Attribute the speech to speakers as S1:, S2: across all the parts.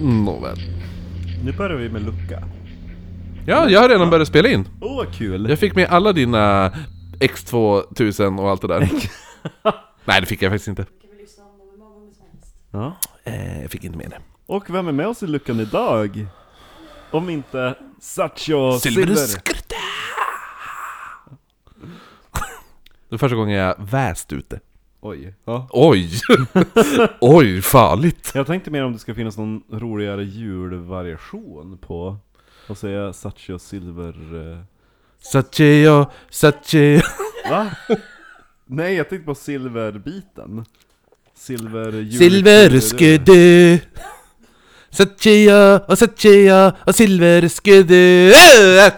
S1: Nåväl.
S2: Nu börjar vi med lucka.
S1: Ja, jag har redan börjat spela in.
S2: Åh, vad kul!
S1: Jag fick med alla dina X2000 och allt det där. Nej, det fick jag faktiskt inte.
S2: Ja.
S1: Eh, jag fick inte med det.
S2: Och vem är med oss i luckan idag? Om inte Satcho Silver.
S1: Silverskrutta! Det är första gången jag väst ute.
S2: Oj. Ja.
S1: Oj! Oj, farligt!
S2: Jag tänkte mer om det ska finnas någon roligare julvariation på att säga Satcho Silver... eh,
S1: Satcheo, Satcheo...
S2: Va? Nej, jag tänkte på silverbiten. Silver... jul-
S1: Silverskudu! Satcheo, och Satcheo, och Silverskudu!
S3: Där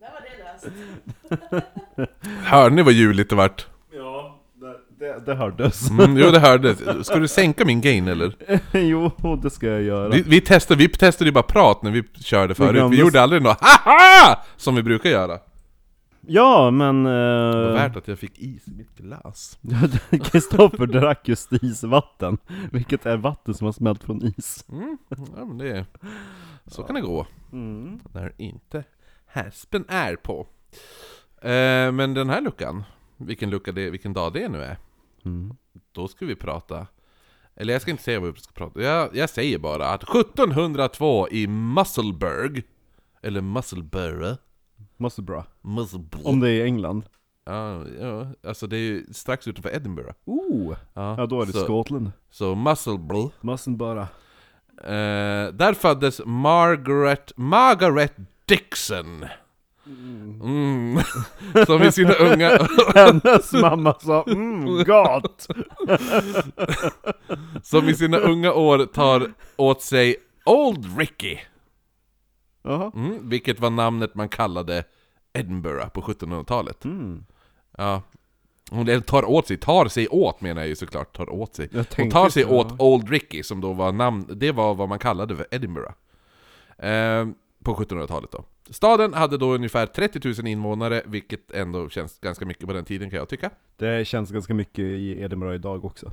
S3: var det löst.
S1: Hör ni vad juligt det vart?
S2: Ja, det, det, det hördes.
S1: Mm, jo, det hördes. Ska du sänka min gain eller?
S2: jo, det ska jag göra.
S1: Vi, vi, testade, vi testade ju bara prat när vi körde förut,
S2: glömde-
S1: vi gjorde aldrig något haha! Som vi brukar göra.
S2: Ja, men...
S1: Det var
S2: eh,
S1: värt att jag fick is i mitt glas.
S2: Kristoffer drack just isvatten, vilket är vatten som har smält från is.
S1: Ja, men det, så kan det gå,
S2: Mm.
S1: när inte häspen är på. Eh, men den här luckan, vilken, lucka det, vilken dag det nu är,
S2: Mm.
S1: då ska vi prata eller jag ska inte säga vad vi ska prata jag, jag säger bara att 1702 i Musselburg Eller Musselburgh
S2: Måste bra.
S1: Musselburgh
S2: Om det är i England.
S1: Ja, ja, alltså det är ju strax utanför Edinburgh.
S2: Oh! Ja, då är det
S1: så,
S2: Skottland.
S1: Så Musselburgh.
S2: Måste bara.
S1: Eh, där föddes Margaret, Margaret Dixon. Mm. Som i sina unga,
S2: Hennes mamma sa mm, gott!
S1: som i sina unga år tar åt sig Old Ricky.
S2: Jaha.
S1: Mm, vilket var namnet man kallade Edinburgh på 1700-talet.
S2: Mm.
S1: Ja. Hon tar åt sig, tar sig åt menar jag ju såklart, tar åt sig.
S2: Jag
S1: Hon
S2: tänkte
S1: tar sig
S2: så.
S1: åt Old Ricky, som då var namn, det var vad man kallade för Edinburgh. Ehm, på 1700-talet då. Staden hade då ungefär 30 000 invånare, vilket ändå känns ganska mycket på den tiden kan jag tycka.
S2: Det känns ganska mycket i Edinburgh idag också.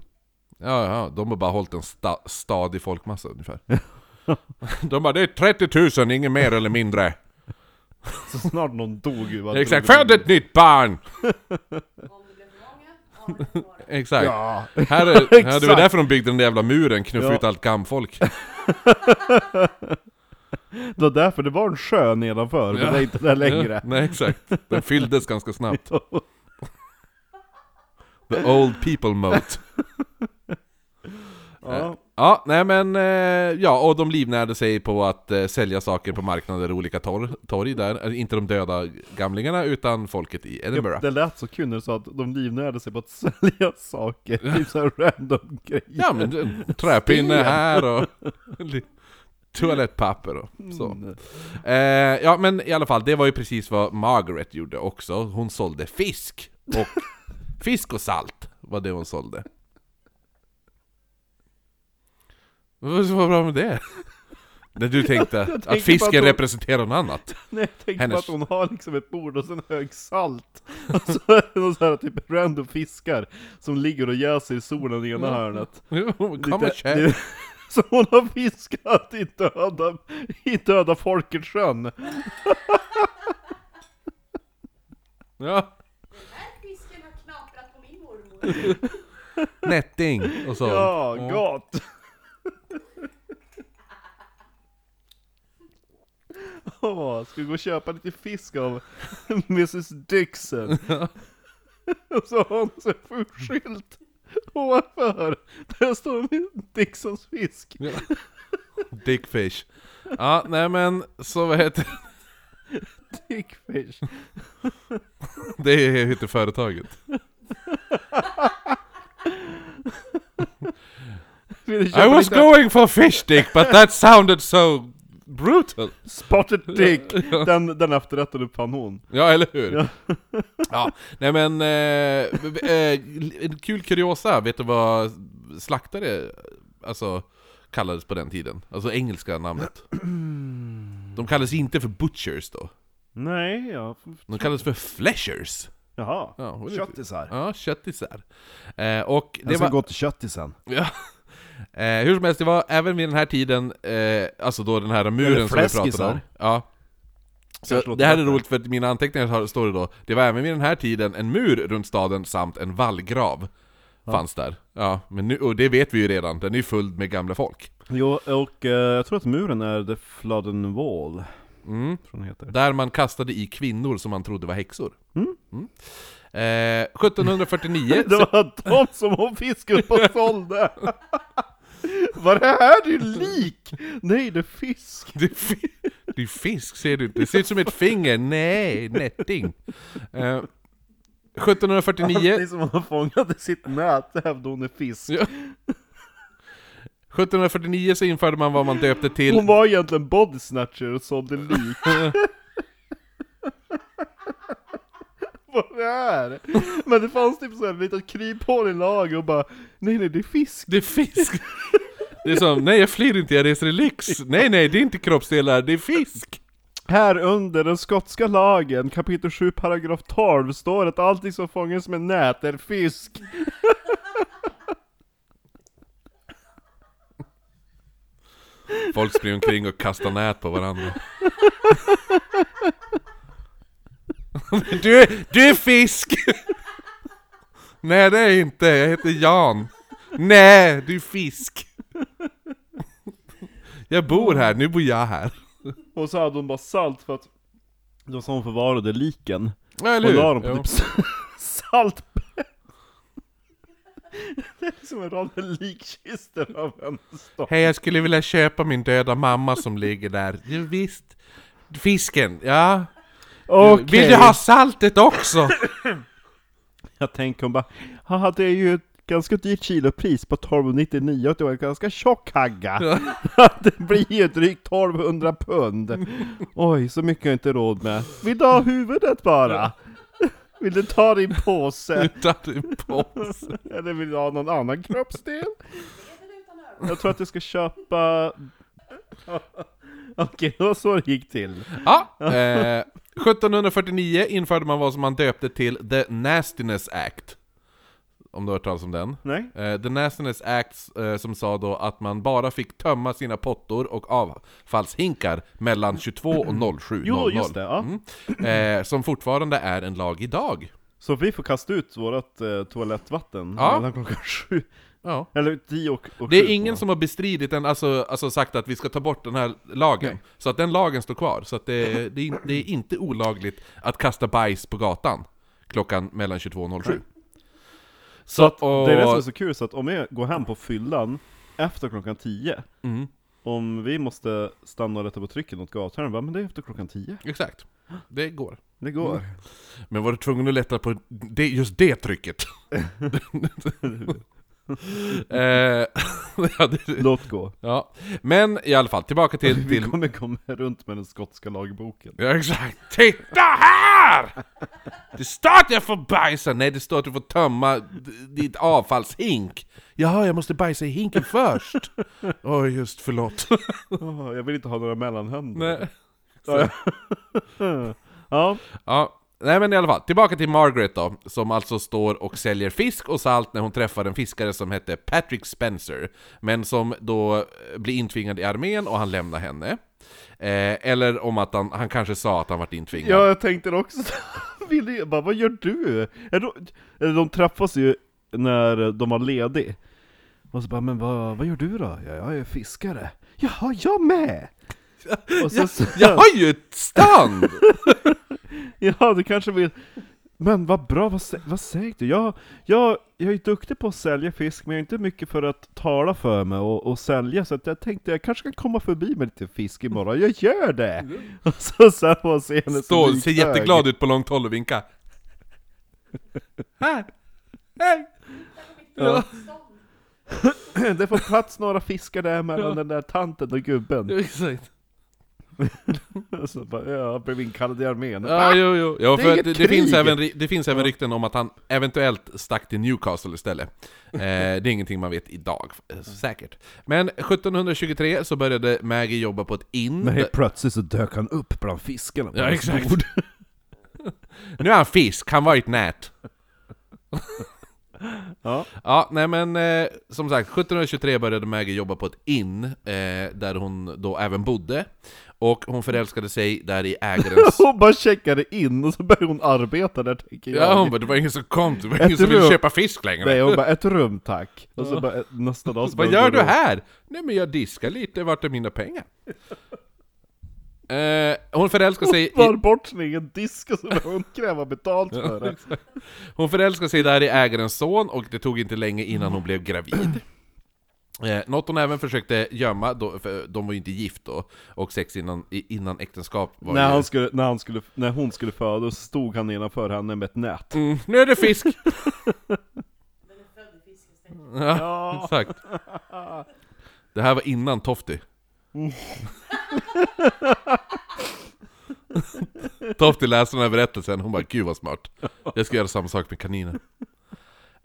S1: Ja, ja, de har bara hållit en sta stadig folkmassa ungefär. de bara, det är 30 000, inget mer eller mindre.
S2: Så snart någon dog. vad
S1: Exakt,
S2: drog det
S1: född ett nytt barn!
S3: Om det blev för många, ja det var det.
S1: Exakt.
S2: Ja.
S1: Här är, här, det var
S2: Exakt.
S1: därför de byggde den där jävla muren, knuffa
S2: Ja.
S1: ut allt gammfolk.
S2: Det var därför det var en sjö nedanför,
S1: Ja.
S2: men det är inte där
S1: Ja,
S2: längre.
S1: nej, exakt. Den fylldes ganska snabbt. The old people moat.
S2: Ja.
S1: Ja, nej men, eh, ja, och de livnärde sig på att eh, sälja saker på marknader och olika torg, torg där. Eh, Inte de döda gamlingarna, utan folket i Edinburgh.
S2: Det lät så kul när du sa att de livnärde sig på att sälja saker, typ såhär random grejer.
S1: Ja men, eh, träpinne här och li- toalettpapper och så.
S2: Mm.
S1: Eh, ja men i alla fall, det var ju precis vad Margaret gjorde också. Hon sålde fisk. Och fisk och salt var det hon sålde. Vad var det som var bra med det? När du tänkte att
S2: bara att
S1: fisken
S2: hon-
S1: representerar något annat.
S2: Nej jag tänkte
S1: Hennes-
S2: på att hon har liksom ett bord och sen hög salt Och så är det någon sån här typ random fiskar Som ligger och jäser i solen i ena hörnet
S1: Mm. Kom och
S2: Lite-
S1: köp!
S2: det- Så hon har fiskat i döda, i döda folkets sjön
S1: Ja.
S3: Den här fisken har knaprat på min mormor.
S1: Nätting och så.
S2: Ja,
S1: Mm.
S2: gott! Åh, ska vi gå och köpa lite fisk av Mrs Dixon? och så har hon så en skylt ovanför, där står Dixons fisk.
S1: Ja. Dickfish. Ja, nej men så vad heter
S2: Dickfish.
S1: Det heter företaget.
S2: Vill du köpa
S1: I was
S2: lite
S1: going for fish dick but that sounded so brutal.
S2: spotted dick? Den, den efterrätten uppfann hon.
S1: Ja, eller hur?
S2: Ja.
S1: Ja, nej men... Eh, v- eh, en kul kuriosa, vet du vad slaktare alltså, kallades på den tiden. Alltså engelska namnet. De kallades inte för butchers då.
S2: Nej, ja.
S1: De kallades för fleshers.
S2: Jaha.
S1: Ja, och det-
S4: Köttisar.
S1: Ja, köttisar. Eh, och det
S2: Alltså,
S4: Jag ska
S1: var...
S4: gå till köttisen.
S1: Ja. Eh, hur som helst, det var även vid den här tiden, eh, alltså då den här muren
S4: Eller
S1: som vi pratade
S4: fläskisar.
S1: om. Ja. Så
S2: låter
S1: det här är
S2: bättre.
S1: roligt för att i mina anteckningar har- står det då, det var även vid den här tiden en mur runt staden samt en vallgrav fanns där. Ja, men nu, och det vet vi ju redan, den är ju fylld med gamla folk.
S2: Jo, och eh, jag tror att muren är The Flooden Wall.
S1: Mm.
S2: Tror den heter.
S1: Där man kastade i kvinnor som man trodde var häxor. Mm. Eh, 1749...
S2: Det var de som hon fiskade upp och sålde! Var det här din lik? Nej, det är fisk!
S1: Det är, fi- det är fisk, ser du inte? Det ser ut som ett finger. Nej, nätting. Eh, 1749,
S2: Det som hon fångade i sitt nät, det hävdade hon är fisk.
S1: Ja. 1749 så införde man vad man döpte till...
S2: Hon var egentligen body snatcher och sålde lik. Vad det här? Men det fanns typ såhär litet kryphål i lager och bara Nej nej det är fisk!
S1: Det är fisk! Det är som, nej jag flyr inte, jag reser i lyx! Nej nej, det är inte kroppsdelar, det är fisk!
S2: Här under den skotska lagen, kapitel 7 paragraf 12 står att allting som fångas med nät är fisk!
S1: Folk springer omkring och kastar nät på varandra. Du, är- du är fisk! Nej det är jag inte, jag heter Jan. Nej, du är fisk. Jag bor här, nu bor jag här.
S2: Och så hade hon bara salt för att det var så hon förvarade liken.
S1: Ja, Eller
S2: Och
S1: hur?
S2: la dem på
S1: Jo.
S2: typ salt Det är liksom en rad med likkistor av en stock.
S1: Hej, jag skulle vilja köpa min döda mamma som ligger där. Jo, visst. Fisken, ja. Vill du ha saltet också?
S2: Jag tänker hon bara, haha det är ju ett ganska dyrt kilopris på 1299 och det var en ganska tjock hagga. det blir ju drygt 1200 pund. Oj, så mycket har jag inte råd med. Vill du ha huvudet bara? Vill du ta din påse?
S1: Utan en påse.
S2: Eller vill du ha någon annan kroppsdel?
S3: Med eller utan öron?
S2: Jag tror att jag ska köpa... Okej, det var så det gick till.
S1: Ja, eh, 1749 införde man vad som man döpte till The Nastiness Act. Om du har hört talas om den.
S2: Nej?
S1: Eh, The Nastiness Act eh, som sa då att man bara fick tömma sina pottor och avfallshinkar mellan 22 och 07.
S2: Jo, just det, ja.
S1: Mm. Eh, som fortfarande är en lag idag.
S2: Så vi får kasta ut vårt eh, toalettvatten
S1: Ja.
S2: mellan klockan sju,
S1: Ja.
S2: eller tio och, och
S1: Det
S2: sju
S1: är
S2: på
S1: ingen som har bestridit den, alltså, alltså sagt att vi ska ta bort den här lagen. Så att den lagen står kvar. Så att det, det, är, in- det är inte olagligt att kasta bajs på gatan klockan mellan 22 och 07. Så att, och,
S2: Det är det som är så kul, så att om jag går hem på fyllan efter klockan 10
S1: Mm.
S2: Om vi måste stanna och lätta på trycket åt gatan, bara, men det är efter klockan 10
S1: Exakt. Det går.
S2: Det går
S1: Mm. Men var du tvungen att lätta på det, just det trycket? eh, ja, det,
S2: Låt gå
S1: ja. Men i alla fall, tillbaka till...
S2: Vi
S1: till
S2: kommer komma runt med den skotska lagboken
S1: Ja exakt, titta här! Det står att jag får bajsa, nej det står att du får tömma d- ditt avfallshink Jaha, jag måste bajsa i hinken först! Oj, just förlåt
S2: Åh, Jag vill inte ha några mellanhänder
S1: nej.
S2: Ja,
S1: Ja, nej men i alla fall, tillbaka till Margaret då Som alltså står och säljer fisk och salt när hon träffar en fiskare som hette Patrick Spencer Men som då eh, blir intvingad i armén och han lämnar henne eh, Eller om att han, han kanske sa att han vart intvingad
S2: Ja, jag tänkte det också. Ville jag bara, vad gör du? Är de, eller de träffas ju när de var ledig. Och så bara, men vad, vad gör du då? Ja, jag är fiskare. Jaha, jag med! Och så, så,
S1: Jag har ju ett stånd!
S2: ja, du kanske vill... Men vad bra, vad, sä- vad säger du? Jag, jag, jag är duktig på att sälja fisk, men jag är inte mycket för att tala för mig och, och sälja, så att jag tänkte jag kanske kan komma förbi med lite fisk imorgon. Jag gör det! Och så sen får man se henne som
S1: Står, Mm. ser
S2: liknöjd.
S1: jätteglad ut på långt håll och vinkar. Här! Hej!
S3: Ja.
S2: Det får plats några fiskar där mellan den där tanten och gubben.
S1: Exakt.
S2: Så bara, ja, blev inkallad i armén.
S1: Ja, jo, jo. Ja,
S2: Det är
S1: för att
S2: inget
S1: det, det, finns
S2: krig.
S1: även, ri- det finns även rykten om att han eventuellt stack till Newcastle istället. Eh, det är ingenting man vet idag, eh, säkert. Men 1723 så började Maggie jobba på ett inn.
S2: Men helt plötsligt så dök han upp bland fiskarna på
S1: Ja,
S2: hans
S1: exakt.
S2: bord.
S1: Nu är han fisk, han var i ett nät.
S2: Ja.
S1: Ja, nej men eh, som sagt, 1723 började Maggie jobba på ett inn, eh, där hon då även bodde. Och hon förälskade sig där i ägarens...
S2: Hon bara checkade in och så började hon arbeta där tänker jag.
S1: Ja, hon bara, det var ingen som kom, det var
S2: Jag
S1: ingen som ville
S2: tror-
S1: köpa fisk längre.
S2: Nej hon bara, ett rum tack. Och så bara, nästa dag så
S1: Vad
S2: bara-
S1: gör du här? Nej men jag diskar lite, vart är mina pengar? Eh, hon förälskar sig
S2: Hon tar
S1: i,
S2: bort sin egen disk och så börjar hon kräva betalt för det.
S1: hon förälskar sig där i ägarens son och det tog inte länge innan hon blev gravid. Eh, något hon även försökte gömma, då, för de var ju inte gift då, och sex innan, i- innan äktenskap var
S2: När,
S1: ju...
S2: han skulle, när, han skulle, när hon skulle föda så stod han nedanför henne med ett nät.
S1: Mm, nu är det fisk!
S3: Den är född i fisken. stäng.
S1: Ja,
S2: Ja.
S1: exakt. Det här var innan Tofty. Tofty läste den här berättelsen, hon bara 'Gud vad smart' Jag ska göra samma sak med kaniner.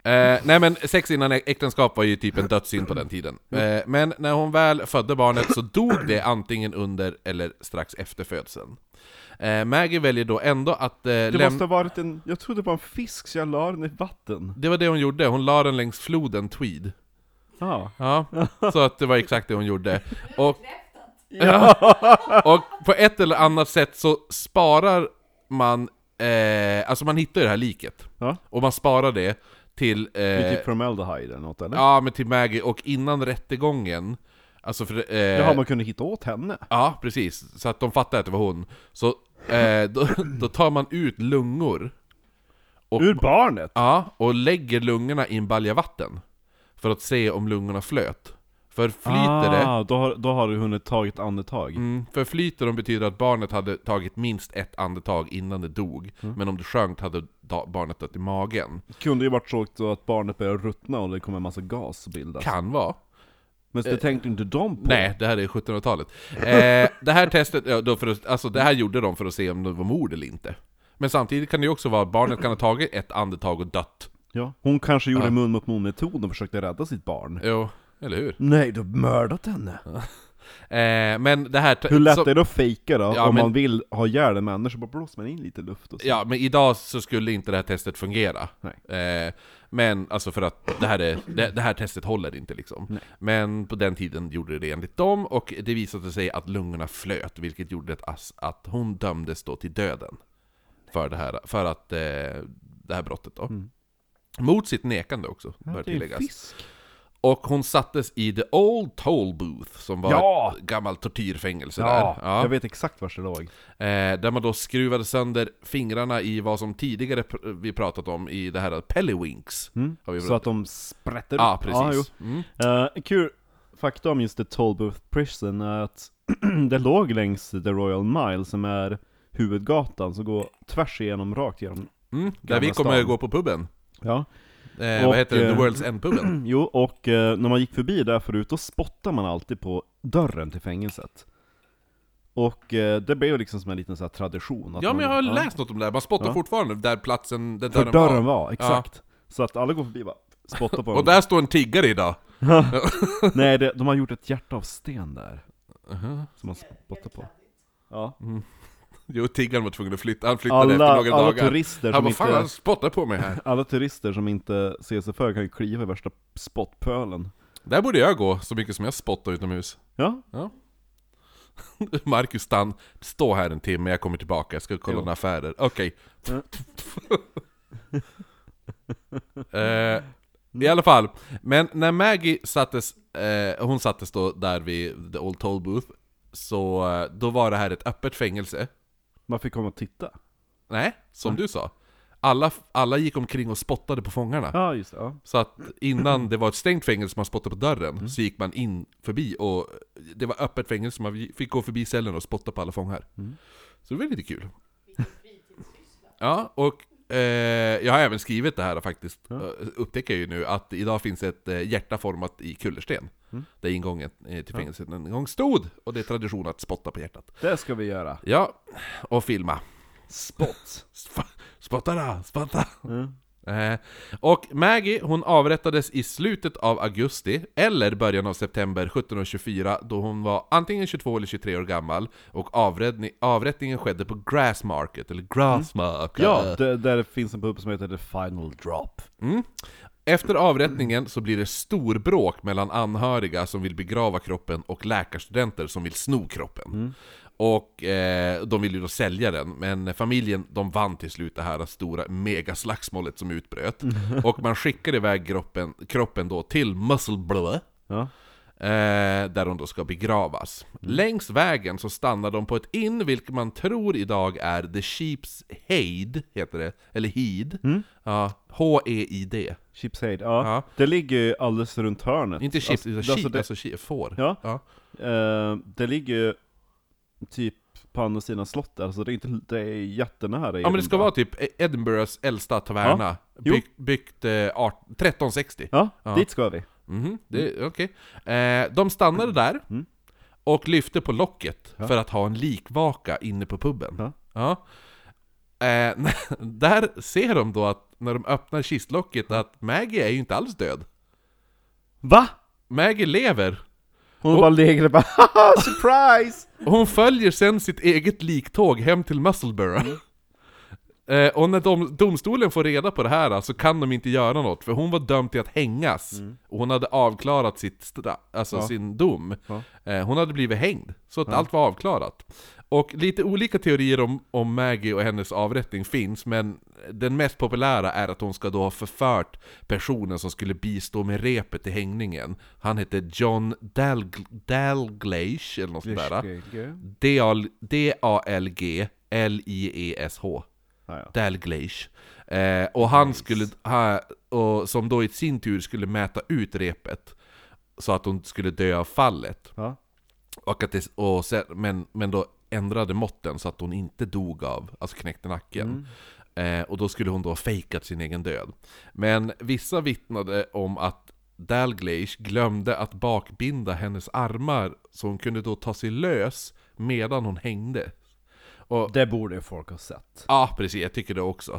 S1: Eh, nej men sex innan ä- äktenskap var ju typ en dödssynd på den tiden. Eh, men när hon väl födde barnet så dog det antingen under eller strax efter födseln. Eh, Maggie väljer då ändå att eh,
S2: Det
S1: lämna...
S2: måste ha varit en, jag trodde det var en fisk så jag la den i vatten.
S1: Det var det hon gjorde, hon la den längs floden Tweed.
S2: Ja.
S1: Ja, så att det var exakt det hon gjorde. Och
S3: Bekräftat.
S1: Och på ett eller annat sätt så sparar man, eh, alltså man hittar ju det här liket.
S2: Ja.
S1: Och man sparar det till,
S2: Det är
S1: eh,
S2: typ formaldehyde eller något eller?
S1: ja men till Maggie, och innan rättegången, alltså för, eh,
S2: Det har man kunnat hitta åt henne.
S1: ja precis, så att de fattar att det var hon. Så eh, då, då tar man ut lungor, Och-
S2: Ur barnet!
S1: ja, och lägger lungorna i en balja vatten. För att se om lungorna flöt. För flyter det,
S2: ah, Då har, då har du hunnit tagit andetag.
S1: Mm, för flyter de betyder att barnet hade tagit minst ett andetag innan det dog,
S2: Mm.
S1: men om det sjönk hade da- barnet dött i magen.
S2: Kunde ju varit så också att barnet börjar ruttna och det kommer en massa gas bildas.
S1: Kan vara.
S2: Men det tänkte inte de på.
S1: eh. Nej, det här är 1700-talet. Eh, det här testet, ja, då för att, alltså det här gjorde de för att se om det var mord eller inte. Men samtidigt kan det ju också vara att barnet kan ha tagit ett andetag och dött.
S2: Ja. Hon kanske gjorde
S1: Ja.
S2: mun mot mun-metoden och försökte rädda sitt barn.
S1: Jo, eller hur?
S2: Nej, du har mördat henne!
S1: Eh, men det här... te-
S2: Hur lätt
S1: så-
S2: är det att fejka då?
S1: Ja,
S2: om
S1: men-
S2: man vill ha ihjäl en människa, bara blåser man in lite luft och så.
S1: Ja, men idag så skulle inte det här testet fungera. Eh, men alltså för att det här, är, det, det här testet håller inte liksom. Men på den tiden gjorde det enligt dem, och det visade sig att lungorna flöt, vilket gjorde att, ass- att hon dömdes då till döden. För det här, för att, eh, det här brottet då. Mot sitt nekande också, bör
S2: Mm. det är en
S1: tilläggas.
S2: fisk.
S1: Och hon sattes i The Old Toll Booth, som var
S2: Ja!
S1: ett gammalt tortyrfängelse
S2: Ja,
S1: där. Ja.
S2: jag vet exakt var det låg.
S1: Eh, där man då skruvade sönder fingrarna i vad som tidigare pr- vi pratat om i det här Pellywinks. Har vi
S2: Mm. Så
S1: pratat-
S2: att de sprätter
S1: Ja,
S2: upp. Ja, jo.
S1: precis. mm.
S2: Eh, kul fakta om just The Tollbooth Prison är att det låg längs The Royal Mile som är huvudgatan som går tvärs igenom, rakt igenom.
S1: Mm. Där
S2: Gamla
S1: vi kommer
S2: stan.
S1: gå på puben.
S2: Ja.
S1: Eh,
S2: Och,
S1: vad heter det?
S2: eh,
S1: The World's End-puben.
S2: Jo, och eh, när man gick förbi där förut då spottade man alltid på dörren till fängelset. Och eh, det blev liksom som en liten så här tradition. att
S1: Ja, men jag
S2: man-
S1: har läst något om det där. Man spottar
S2: Ja.
S1: fortfarande där platsen, där
S2: För
S1: dörren,
S2: dörren
S1: var.
S2: var, exakt. Så att alla går förbi och bara spottar på
S1: Och
S2: den.
S1: där står en tiggare idag.
S2: Nej, det, de har gjort ett hjärta av sten där. Som man spottar på. Ja.
S1: Jo, tiggaren var tvungen att flytta. Han flyttade efter
S2: Alla,
S1: några
S2: alla
S1: dagar.
S2: turister
S1: Han
S2: som
S1: bara
S2: inte...
S1: fan, han spottar på mig här.
S2: Alla turister som inte ser sig för kan ju kliva i värsta spottpölen.
S1: Där borde jag gå, så mycket som jag spottar utomhus.
S2: Ja,
S1: Marcus Stan, stå här en timme, jag kommer tillbaka, jag ska kolla
S2: Jo.
S1: några affärer. Okej.
S2: Mm.
S1: eh, I alla fall, men när Maggie sattes, eh, hon sattes då där vid The Old Toll Booth, så eh, då var det här ett öppet fängelse.
S2: man fick komma och titta.
S1: Nej, som du sa. Alla, alla gick omkring och spottade på fångarna.
S2: Ja, just det. Ja.
S1: Så att innan det var ett stängt fängelse man spottade på dörren, så gick man in förbi och det var öppet fängelse, man fick gå förbi
S2: Mm.
S1: cellen och spotta på alla fångar. Så det var lite kul.
S3: Vilken fritidssyssla.
S1: Ja, och Eh, jag har även skrivit det här faktiskt,
S2: Ja.
S1: Eh, upptäcker jag ju nu, att idag finns ett eh, hjärta format i kullersten.
S2: Mm.
S1: Där ingången eh, till fängelset en gång stod, och det är tradition att spotta på hjärtat.
S2: Det ska vi göra.
S1: Ja, och filma.
S2: Spott.
S1: Sp- spotta då, spotta!
S2: Mm.
S1: Eh, och Maggie, hon avrättades i slutet av augusti, eller början av september 1724, då hon var antingen 22 eller 23 år gammal, och avrättning, avrättningen skedde på Grassmarket, eller Grassmarket.
S2: Ja, där, där finns en pub som heter The Final Drop.
S1: Mm. Efter avrättningen så blir det storbråk mellan anhöriga som vill begrava kroppen och läkarstudenter som vill sno kroppen. Och eh, de vill ju då sälja den, men familjen de vann till slut det här stora megaslagsmålet som utbröt. Och man skickar iväg kroppen, kroppen då till Musselblå,
S2: Ja.
S1: eh, där hon då ska begravas. Längs vägen så stannar de på ett inn, vilket man tror idag är The Sheep's Head, heter det, eller Heed. Ja, E H-E-I-D.
S2: Chipshead, ja.
S1: Ja.
S2: Det ligger ju alldeles runt hörnet.
S1: Inte chips, utan
S2: alltså,
S1: alltså,
S2: det,
S1: alltså, chi- får.
S2: Ja.
S1: Ja.
S2: eh, det ligger ju typ på andra sidan slottet, alltså det är, inte, det är jättenära.
S1: ja men det ska vara typ Edinburghs äldsta taverna,
S2: Jo.
S1: bygg, byggt eh, art- 1360.
S2: Ja,
S1: Ja.
S2: dit ska vi.
S1: Mhm, det, okej. eh, de stannade där,
S2: Mm.
S1: och lyfte på locket
S2: Ja.
S1: för att ha en likvaka inne på puben.
S2: Ja.
S1: Eh, där ser de då att, när de öppnar kistlocket, att Maggie är ju inte alls död.
S2: Va?
S1: Maggie lever!
S2: Hon
S1: Och-
S2: bara ligger där bara haha, surprise!
S1: Och Hon följer sen sitt eget liktåg hem till Musselburgh.
S2: Mm.
S1: Eh, och när dom, domstolen får reda på det här så kan de inte göra något, för hon var dömd till att hängas. Och hon hade avklarat sitt stra- alltså
S2: Mm. Ja.
S1: sin dom.
S2: Ja.
S1: Eh, hon hade blivit hängd, så att allt var avklarat. Och lite olika teorier om, om Maggie och hennes avrättning finns, men den mest populära är att hon ska då ha förfört personen som skulle bistå med repet i hängningen. Han hette John Dalg- Dalglish, eller något sånt där. D-A- E D-A-L-G-L-I-E-S-H
S2: Ja, ja.
S1: Dalglish eh, Och han skulle, ha, och som då i sin tur skulle mäta ut repet Så att hon skulle dö av fallet
S2: Ja.
S1: och att det, och sen, men, men då ändrade måtten så att hon inte dog av, alltså knäckte nacken eh, Och då skulle hon då ha fejkat sin egen död Men vissa vittnade om att Dalglish glömde att bakbinda hennes armar Så hon kunde då ta sig lös medan hon hängde
S2: Det borde ju folk ha sett.
S1: Ja, precis. Jag tycker det också.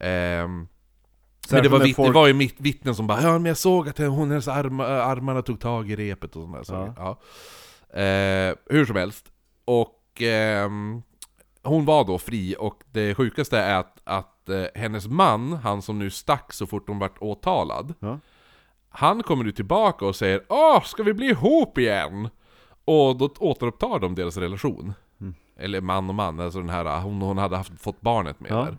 S1: Ehm, men det
S2: Särskilt
S1: var,
S2: när
S1: vitt, det
S2: folk-
S1: var ju mitt vittnen som bara Ja men jag såg att hon, hennes arma, armarna tog tag i repet och sådana saker. Ja. Eh, hur som helst. Och ehm, hon var då fri och det sjukaste är att, att eh, hennes man, han som nu stack så fort hon vart åtalad.
S2: Ja.
S1: Han kommer nu tillbaka och säger Åh, ska vi bli ihop igen? Och då återupptar de deras relation. Eller man och man, alltså den här hon, hon hade haft, fått barnet med
S2: Ja.
S1: där.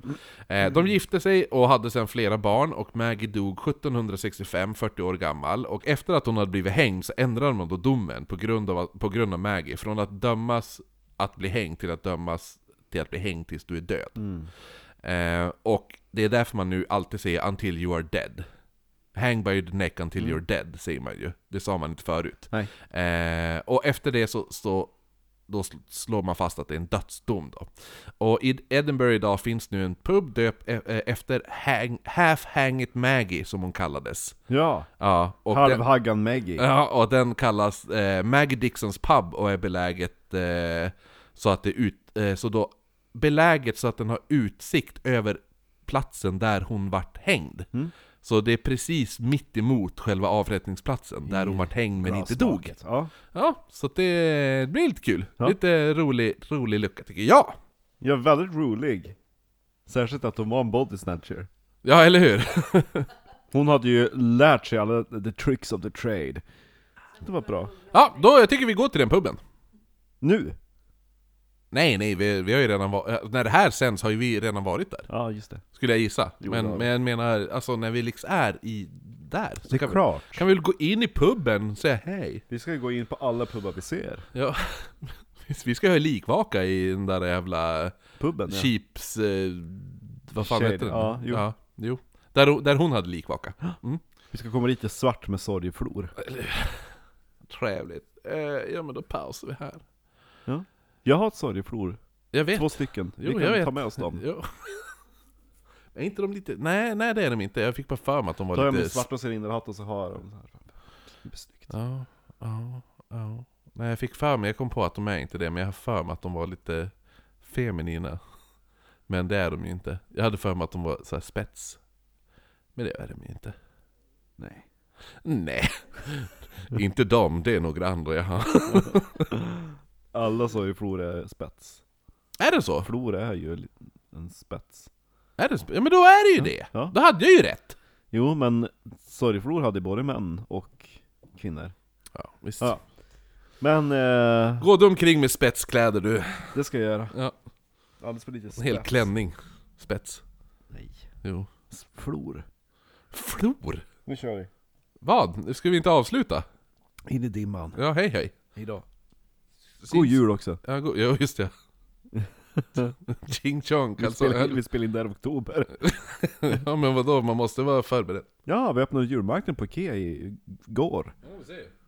S1: Eh, de gifte sig och hade sedan flera barn och Maggie dog 1765, 40 år gammal. Och efter att hon hade blivit hängd så ändrade man då domen på grund av, att- på grund av Maggie. Från att dömas att bli hängd till att dömas till att bli hängd tills du är död.
S2: Mm.
S1: Eh, och det är därför man nu alltid säger 'Until you are dead' Hang by the neck until you're dead, säger man ju. Det sa man inte förut.
S2: Nej.
S1: Eh, och efter det så, så då sl- slår man fast att det är en dödsdom då. Och i Edinburgh idag finns nu en pub döpt e- e- efter hang, Half Hangit Maggie, som hon kallades.
S2: Ja,
S1: Ja, och den,
S2: halvhaggan Maggie.
S1: ja, och den kallas eh, Maggie Dixons pub och är beläget eh, så att det ut, eh, så då beläget så att den har utsikt över platsen där hon vart hängd. Så det är precis mitt emot själva avrättningsplatsen där hon vart hängd men inte dog.
S2: Glassmaket, Ja.
S1: Ja, så att det blir lite kul.
S2: Ja.
S1: Lite rolig, rolig lucka tycker jag.
S2: ja, väldigt rolig. Särskilt att hon var en body snatcher.
S1: Ja, eller hur?
S2: Hon hade ju lärt sig alla the tricks of the trade. Det var bra.
S1: Ja, då jag tycker vi går till den puben.
S2: Nu?
S1: Nej, nej, vi, vi har ju redan varit... När det här sänds har ju vi redan varit där.
S2: Ja, just det.
S1: Skulle jag gissa.
S2: Jo,
S1: men,
S2: det har
S1: men jag menar, alltså när vi liksom är i där så
S2: Det är
S1: kan, vi,
S2: klart.
S1: kan vi väl gå in i puben och säga hej?
S2: Vi ska ju gå in på alla pubbar vi ser.
S1: Ja. Vi ska ha likvaka i den där jävla
S2: Puben, ja.
S1: Chips... Eh, vad fan
S2: Shade,
S1: heter den?
S2: ja, jo.
S1: jo. Där, hon- där hon hade likvaka.
S2: Vi ska komma dit i svart med sorgeflor.
S1: Trevligt. Eh, ja men då pausar vi här.
S2: Jag har ett sorgeflor.
S1: Jag vet.
S2: Två stycken. Vi
S1: Jo,
S2: kan
S1: jag vet.
S2: ta med oss dem.
S1: Jo. Är inte de lite... Nej, nej det är de inte. Jag fick bara för mig att de var
S2: Tar jag
S1: lite...
S2: min svarta cylinderhatt och så har jag dem där. Snyggt.
S1: Ja, ja, ja. Nej, jag fick för mig, jag kom på att de är inte det, men jag har för mig att de var lite feminina. Men det är de ju inte. Jag hade för mig att de var så här spets. Men det är de ju inte.
S2: Nej.
S1: Nej, inte de, det är några andra jag har.
S2: Alla sa ju Flor är spets.
S1: Är det så?
S2: Flor är ju li- en spets.
S1: Är det sp- ja men då är det ju det!
S2: Ja.
S1: Då hade jag ju rätt!
S2: Jo men sorgflor hade både män och kvinnor.
S1: Ja, visst.
S2: Ja. Men eh,
S1: Gå du omkring med spetskläder du.
S2: det ska jag göra.
S1: Ja.
S2: Alldeles för lite
S1: En
S2: spets.
S1: hel klänning. Spets.
S2: Nej.
S1: Jo.
S2: Flor.
S1: Flor!
S2: Nu kör vi.
S1: Vad? Nu ska vi inte avsluta?
S2: In i dimman.
S1: Ja, hej hej.
S2: Hejdå. God jul också.
S1: Ja, go- ja just det. Ching chong
S2: Vi
S1: alltså.
S2: spelar, vi spelar in där i oktober.
S1: Ja men vadå, man måste vara förberedd.
S2: Ja, vi öppnade julmarknaden på Ikea i- igår.
S1: Ja, vi ser.